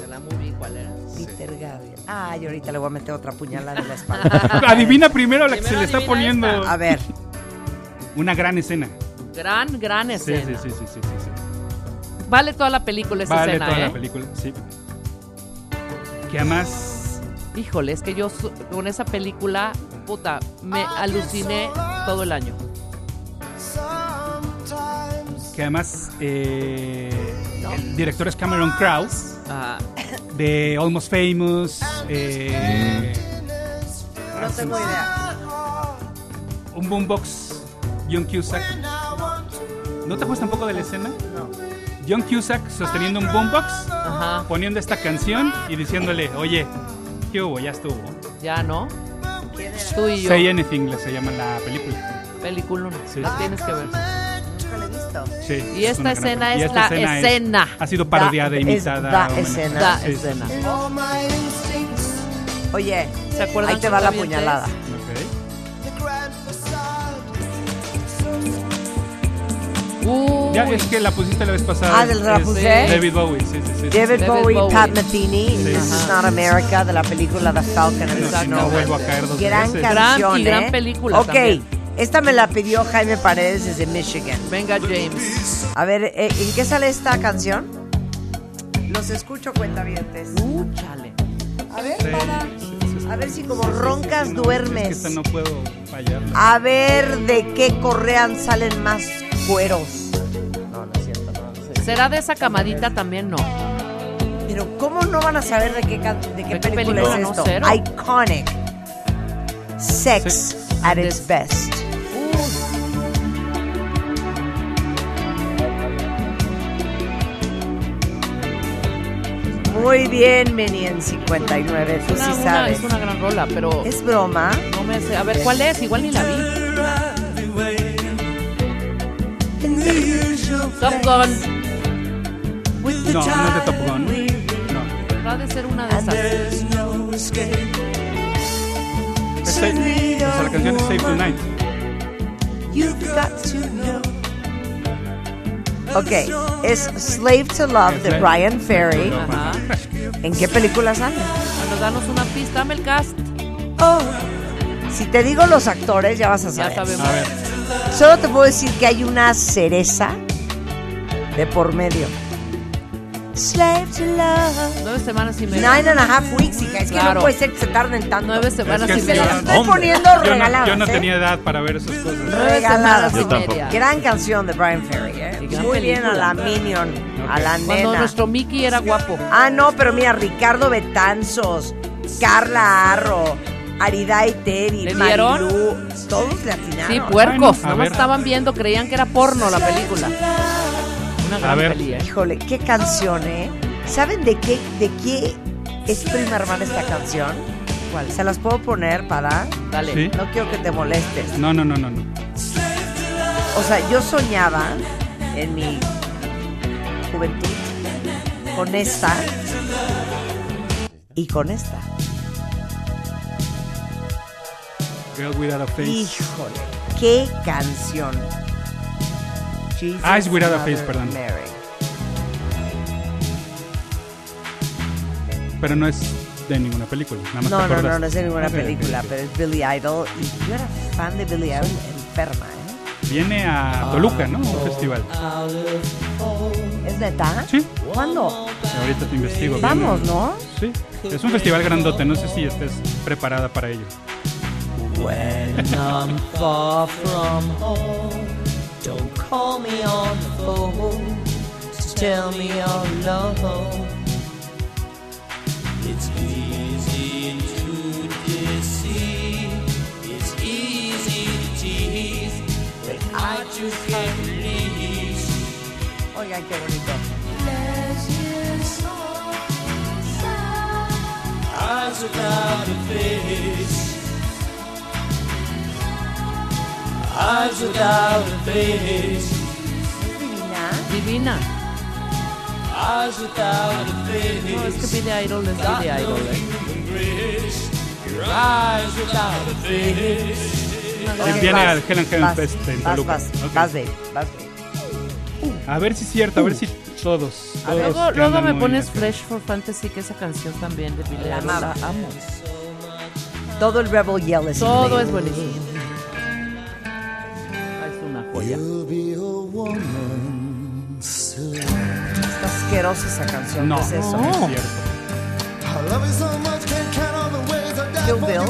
De la movie, ¿cuál era?
Peter Gabriel. Ay, ahorita le voy a meter otra puñalada en la espalda.
Adivina primero la que se
Ah, Primero
le está
adivina
poniendo.
A ver,
Una gran escena.
Gran, gran
Sí, sí,
escena.
sí, sí, sí, sí, sí.
Vale toda la película esa
vale
escena,
toda
¿eh?
la película, sí. Que además
Híjole, es que yo su- con esa película, puta, me aluciné todo el año.
que además eh, el director es Cameron Crowe
Ah,
de Almost Famous eh, ah,
no tengo idea.
un boombox John Cusack ¿no te acuerdas tampoco de la escena?
No.
John Cusack sosteniendo un boombox
ajá,
poniendo esta canción y diciéndole oye ¿qué hubo? ya estuvo
ya no.
¿Quién era?
Tú y yo,
Say Anything le se llama la película
película,
Sí. Ah,
la tienes que ver.
Nunca la he visto.
Sí,
Y
es
esta
una gran
escena
película.
es
Y esta
la
es-
escena.
ha sido parodiada,
Da- es
imitada
da
homenaje.
escena.
La
Sí, sí, sí.
escena.
Oye,
¿Se acuerdan
ahí te va la
cuentavientes?
puñalada.
Ok.
Uy,
Ya es que la pusiste la vez pasada.
Ah, del la
Es eh,
puse.
David Bowie, sí, sí, sí.
David
David
Bowie,
Bowie.
Pat Metheny,
Sí.
This is
Ajá.
Not America, de la película The Falcon and the
Si no
Snow.
vuelvo a caer dos
Gran
veces.
canción,
Gran- y gran
¿eh?
película
Ok,
también.
esta me la pidió Jaime Paredes desde Michigan.
venga James.
A ver, eh, ¿en qué sale esta canción? Los escucho, cuentavientes.
Uh, chale.
A ver,
Sí,
para-
sí, sí, sí.
a ver si como
Sí, sí, sí,
roncas
sí, no,
duermes. Ah.
Es que esta no puedo fallarla.
A ver de qué correan salen más cueros. No, no es cierto, no, no sé.
¿Será de esa camadita también? No.
Pero ¿cómo no van a saber de qué, can- de qué
¿De qué
película,
película?
es
No,
esto?
cero.
Iconic. Sex
Sí.
at its best. Muy bien, Menien 59, tú
Una-
sí
una-
sabes.
es una gran rola, pero
¿Es broma?
no me sé. A ver, ¿cuál es? Igual ni la vi. Top Gun.
No, no es de Top Gun. No.
Va de ser una de esas.
Es Save- o sea, la canción es Save Tonight.
You've got to know. Ok, es Slave to Love de
Slave.
Brian Ferry.
Ajá.
¿En qué película sale?
Bueno, danos una pista, dame el cast.
Oh. Si te digo los actores, ya vas a
Ya
saber.
sabemos.
A ver,
Solo te puedo decir que hay una cereza de por medio. Slave to Love.
Nueve semanas y media.
Nine and a half weeks, hija. Es que
Claro.
no puede ser que se tarden tanto.
Nueve semanas
Es que
y
Te
sí,
las
media.
estoy poniendo
yo no,
regaladas.
yo no
¿eh?
tenía edad para ver esas cosas.
Nueve
Regaladas.
semanas
Yo
y
tampoco.
media.
Gran canción de Brian Ferry, ¿eh?
Y
Muy
gran
bien a la
película.
Minion, a la
Cuando
nena.
nuestro Mickey era guapo.
Ah, no, pero mira, Ricardo Betanzos, Carla Arro, Ariday Terry,
¿Le dieron?
Marilú, todos le atinaron.
Sí, puercos.
Bueno, a
Nada más
ver.
estaban viendo, creían que era porno la película. Una gran
A ver.
peli, ¿eh?
Híjole, qué canción, ¿eh? ¿Saben de qué, de qué es prima hermana esta canción? ¿Cuál? Se las puedo poner para...
Dale.
Sí.
No quiero que te molestes.
No, no, no, no. no.
O sea, yo soñaba en mi juventud con esta y con esta.
Girl Without a Face.
Híjole, qué canción. Jesus
Eyes Without a Face,
Mother
perdón.
Mary.
Pero no es de ninguna película. Nada
No,
más te
no, no,
acordaste.
no es de ninguna
Ok,
película,
ok, ok.
pero es Billy Idol. Y yo era fan de Billy Idol enferma, ¿eh?
Viene a Toluca, ¿no? Un festival.
¿Es neta?
Sí.
¿Cuándo?
Ahorita te investigo. viene-
Vamos, ¿no?
Sí. Es un festival grandote. No sé si estés preparada para ello.
Oigan, qué bonito. Divina.
Divina. No, es que Billy Idol es Billy Idol. ¿eh?
Ok,
viene
vas,
al Helen Helen
vas,
Fest en
vas,
Toluca.
Vas,
Ok.
vas, babe, vas, babe.
A ver si es cierto. A ver si
Uh.
todos. todos
Luego,
que
luego
andan
me
muy
pones
acá.
Fresh for Fantasy, que esa canción también de Billy
La
Idol.
amaba.
La amo.
Todo el Rebel Yell es
Todo
increíble.
es buenísimo. Ah, Es una joya.
Está asquerosa esa canción.
No,
¿Qué es eso?
no es cierto.
Kill Bill.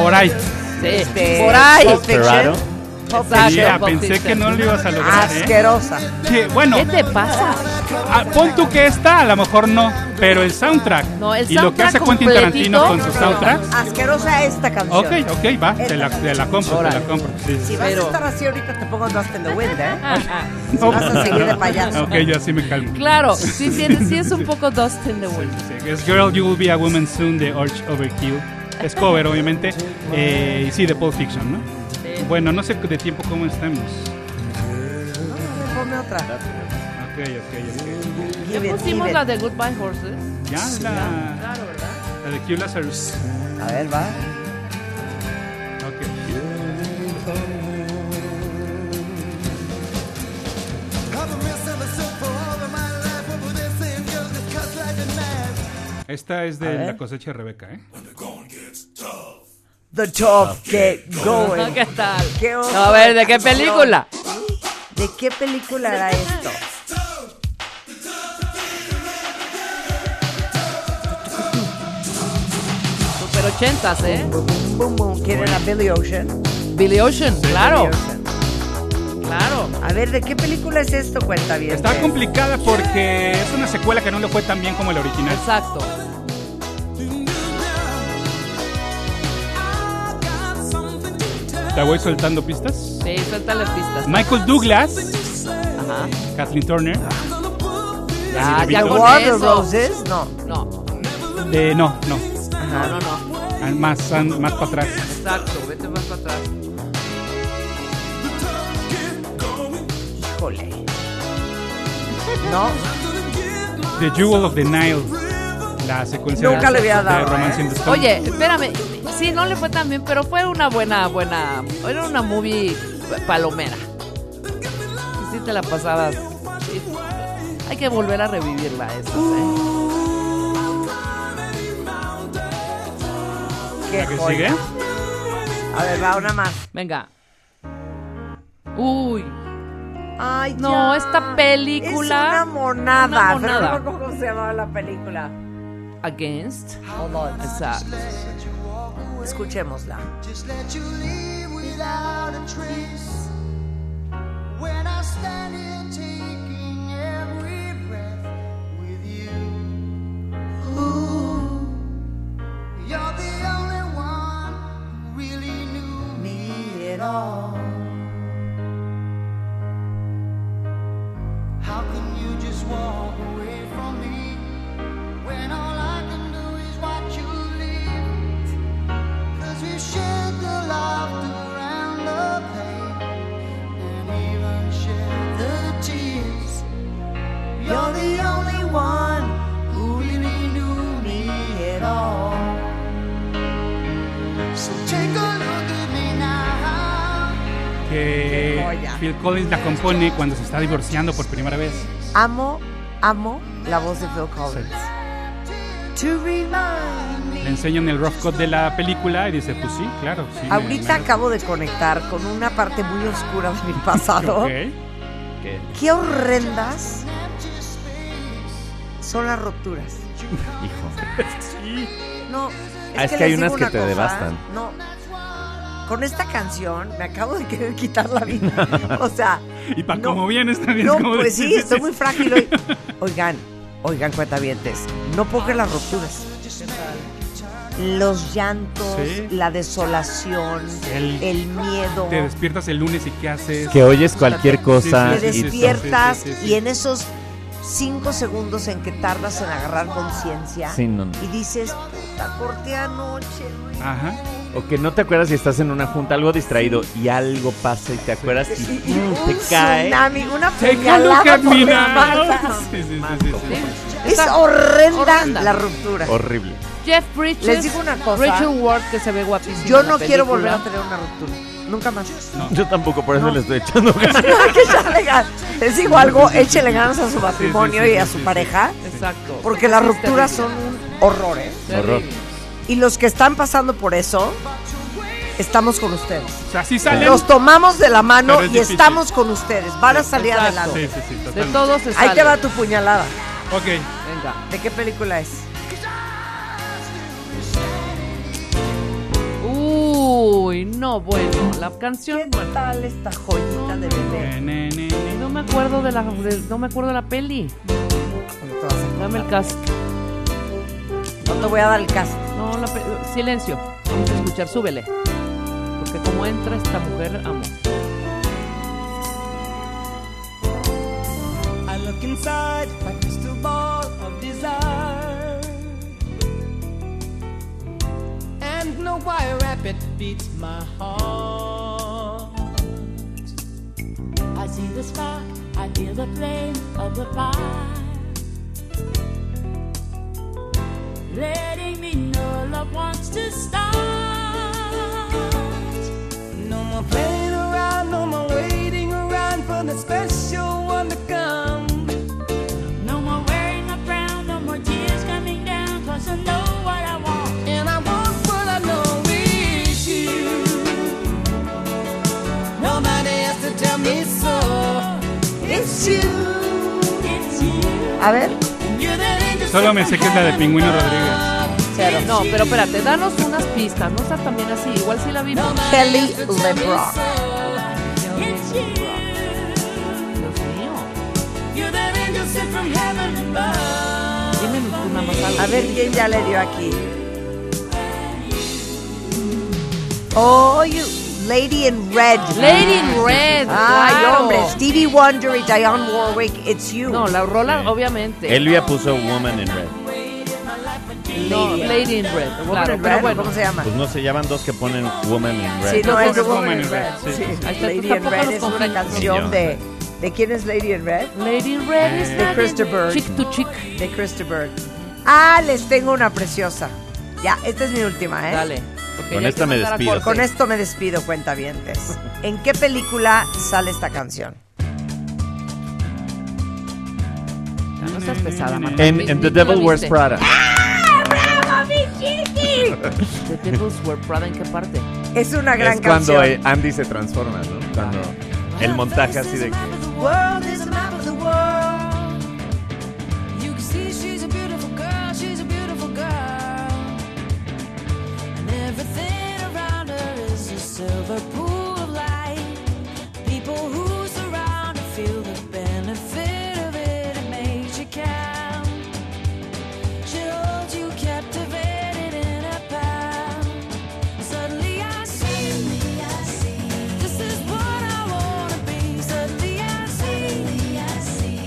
Por ahí.
Sí,
Este,
por ahí.
Pulp Fiction.
Ferraro.
Pulp
Exacto.
Fiction.
Ya,
Pop
ah, pensé
Sister.
que no lo ibas a lograr, ¿eh?
Asquerosa.
Que, bueno,
¿Qué te pasa?
ah, pon tú que esta, a lo mejor no, pero el soundtrack.
No, el
y lo que hace
soundtrack
Quentin Tarantino
completito.
con sus soundtracks.
Asquerosa esta canción.
Ok, ok, va, te la, te la compro, te la compro. Sí.
Si vas
Pero-
a estar así ahorita te pongo Dust in the Wind, ¿eh?
Ah,
No.
vas a seguir de payaso.
Ok, yo así me calmo.
claro, sí, tiene- sí es un poco Dust in the Wind.
Sí, Es Girl, You Will Be a Woman Soon de Arch Overkill. Es cover, obviamente. Eh, y sí, de Pulp Fiction, ¿no? Bueno, no sé de tiempo cómo estamos.
Ponme otra.
Ok, ok,
Give
Ya
it, give
pusimos
it.
la de Goodbye Horses.
ok. Ya la,
Claro, ¿verdad?
la de Q Lazarus.
A ver, va.
Ok. Esta es de la cosecha de Rebeca, ¿eh?
The Tough Get Going.
¿Qué tal?
Qué oso
No, a ver, ¿de qué
canción.
película?
¿De qué película era esto?
Super ochentas, ¿eh?
Boom, boom. ¿Quién era Billy Ocean?
Billy Ocean, claro,
Billy Ocean.
claro.
A ver, ¿de qué película es esto, cuenta bien?
Está complicada porque es una secuela que no le fue tan bien como la original.
Exacto.
Te voy soltando pistas.
Sí, suelta las pistas.
Michael Douglas,
Ajá.
Kathleen Turner,
Ya, ya
¿The
con
War of the
eso.
Roses? No.
No, no,
de no, no,
no, no.
ah, más, ah, más para atrás.
Exacto, vete más para atrás.
Híjole. No,
The Jewel of the Nile, la secuencia
Nunca
de,
le había dado,
de Romance
¿eh?
in the Stone.
Oye, espérame. Sí, no le fue tan bien, pero fue una buena, buena. Era una movie palomera. Sí, te la pasabas. Sí. Hay que volver a revivirla esa, ¿eh?
Qué
¿La que
joya.
sigue?
A ver, va una más.
Venga. Uy,
Ay,
No, esta película-
Es una monada.
Una
Pero
monada.
no me acuerdo cómo se llamaba la película.
Against. Exacto.
Escuchémosla.
Que
joya.
Phil Collins la compone cuando se está divorciando por primera vez.
Amo, amo la voz de Phil Collins. To remind me.
Le enseñan el rough cut de la película y dice, pues sí, claro. sí, me-
Ahorita
me-
acabo de conectar con una parte muy oscura de mi pasado.
[laughs] Ok.
Qué horrendas son las rupturas.
Hijo.
[laughs] No, es,
Ah, es que hay
les digo
unas que te
cosa,
devastan.
No. Con esta canción me acabo de querer quitar la vida. O sea,
Y para
No.
como vienes también.
no,
es como de-
pues sí, estoy muy frágil hoy. Oigan, oigan, cuentavientes, no pongan las rupturas. Los llantos,
Sí.
la desolación, el,
El-
miedo.
Te despiertas el lunes y ¿qué haces?
Que oyes cualquier cosa
te
Ah, sí, sí, sí,
y
despiertas
sí, sí, sí.
y en esos cinco segundos en que tardas en agarrar conciencia
Sí, no, no.
y dices, puta, corté anoche. güey".
Ajá.
O que no te acuerdas si estás en una junta, algo distraído y algo pasa y te acuerdas y
Y- y
mm, te
un
cae.
tsunami, una
Take a
puñalada
look at
por
me
la
now.
espalda.
[laughs] Sí, sí, sí, sí, sí.
Es
Está
horrenda,
horrenda.
la ruptura.
Horrible.
Jeff Bridges.
Les digo una cosa.
Rachel Ward, que se ve guapísima.
Yo
en la
no quiero volver
película.
a tener una ruptura. Nunca más. [laughs]
Yo tampoco, por eso le estoy echando ganas.
que ya le gan- Les digo algo, échenle ganas a su matrimonio
Sí, sí,
y a
sí,
su
sí,
pareja,
Exacto.
porque las
Es
rupturas son
terrible,
un horror, ¿eh?
terrible.
horror.
Y los que están pasando por eso, estamos con ustedes.
O sea, sí salen.
Los tomamos de la mano
Pero es
y
difícil.
estamos con ustedes. Van a salir
exacto.
adelante.
Sí, sí, sí,
De
totalmente.
todo se sale.
Ahí te va tu puñalada.
Ok.
Venga.
¿De qué película es?
Uy, no, bueno. La
¿Qué
canción.
tal esta joyita de bebé?
No me acuerdo de la. de- no me acuerdo de la peli.
No te, vas a-
Dame el cast.
no te voy a dar el caso.
No, la pe- silencio. Vamos a escuchar, súbele. Porque como entra esta mujer, amo.
I look inside my crystal ball of desire. And no wire rapid beats my heart. I see the spark, I feel the flame of the fire. Letting me know love wants to start. No more playing around, no more waiting around for the special one to come. No more wearing a frown, no more tears coming down, cause I know what I want. And I want what I know is you. Nobody has to tell me so. It's you. It's you.
A ver,
You're that angel
Solo me sé que es la de Pingüino Rodríguez.
cero.
No, pero espérate, danos unas pistas. No sea también así. Igual sí la vimos.
Kelly LeBrock.
It's
Dios
you.
mío.
You're that angel sent from heaven above.
Dime tú nada más algo.
A ver quién ya le dio aquí. Oh, you Lady in Red.
Lady in Red.
Ay,
claro.
hombre, Stevie Wonder y Dionne Warwick, it's you.
No, la rola, obviamente.
Elvia puso Woman in Red.
No, Lady in Red.
Woman
Claro,
in
pero
Red,
bueno.
¿Cómo se llama?
Pues no se llaman dos que ponen Woman in Red.
Sí, no, es
Entonces,
Woman
Woman
in
in
Red.
Red, sí,
sí.
sí, sí.
Ahí está,
Lady
tú
in
tampoco
Red
nos
es una
confundas.
canción
Sí,
de... ¿De quién es Lady in Red?
Lady in Red is
De Christopher.
Eh. Chick to chick.
De Christopher. Ah, les tengo una preciosa. Ya, esta es mi última, ¿eh?
Dale. porque
Con
ya hay
esta
que
me
mandar a
despido.
corte.
Con esto me despido, cuentavientes. ¿En qué película sale esta canción?
Marta. No seas pesada, Marta.
En,
Ni- ni
en The
tú lo
Devil Wears
viste.
Prada.
Ah, ¡Bravo, mi chiqui!
The Devil's Wear Prada, ¿en qué parte?
Es una gran
Es
canción. Ah.
cuando eh, Andy se transforma, ¿no? Cuando el montaje así de que...
World is a map of the world.
You can see she's a beautiful girl, she's a beautiful girl. And everything around her is a silver pool of light. People who surround her feel the benefit of it, it makes you count. She holds you captivated in her power. Suddenly I see, I see. This is what I wanna be. Suddenly I see, I see.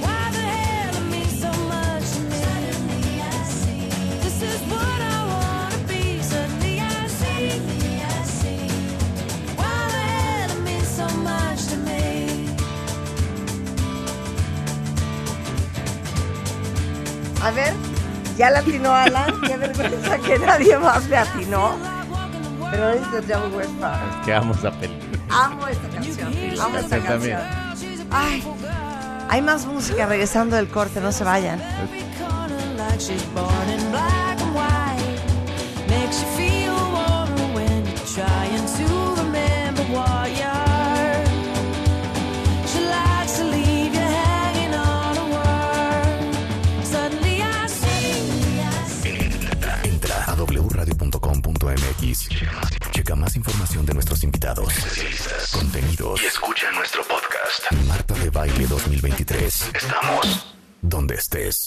Why the hell it means so much to me? Suddenly I see. This is what I wanna be. Suddenly I see. I see. Why the hell it means so much to me?
A ver, ya la atinó
[laughs]
Alan. Qué vergüenza que nadie más le atinó. Pero es The Devil Wears Prada.
Que amo esa película.
Amo esta canción. Amo esta
Yo también.
canción. Ay, hay más música regresando del corte. No se vayan.
Every corner like she's born in black and white. Makes you feel warmer when you're trying to remember what you are. She likes to leave you hanging on a word. Suddenly I see.
Entra a wradio.com.mx. Checa más información de nuestros invitados, contenidos y escucha nuestro podcast. Marta de Baile 2023. Estamos donde estés.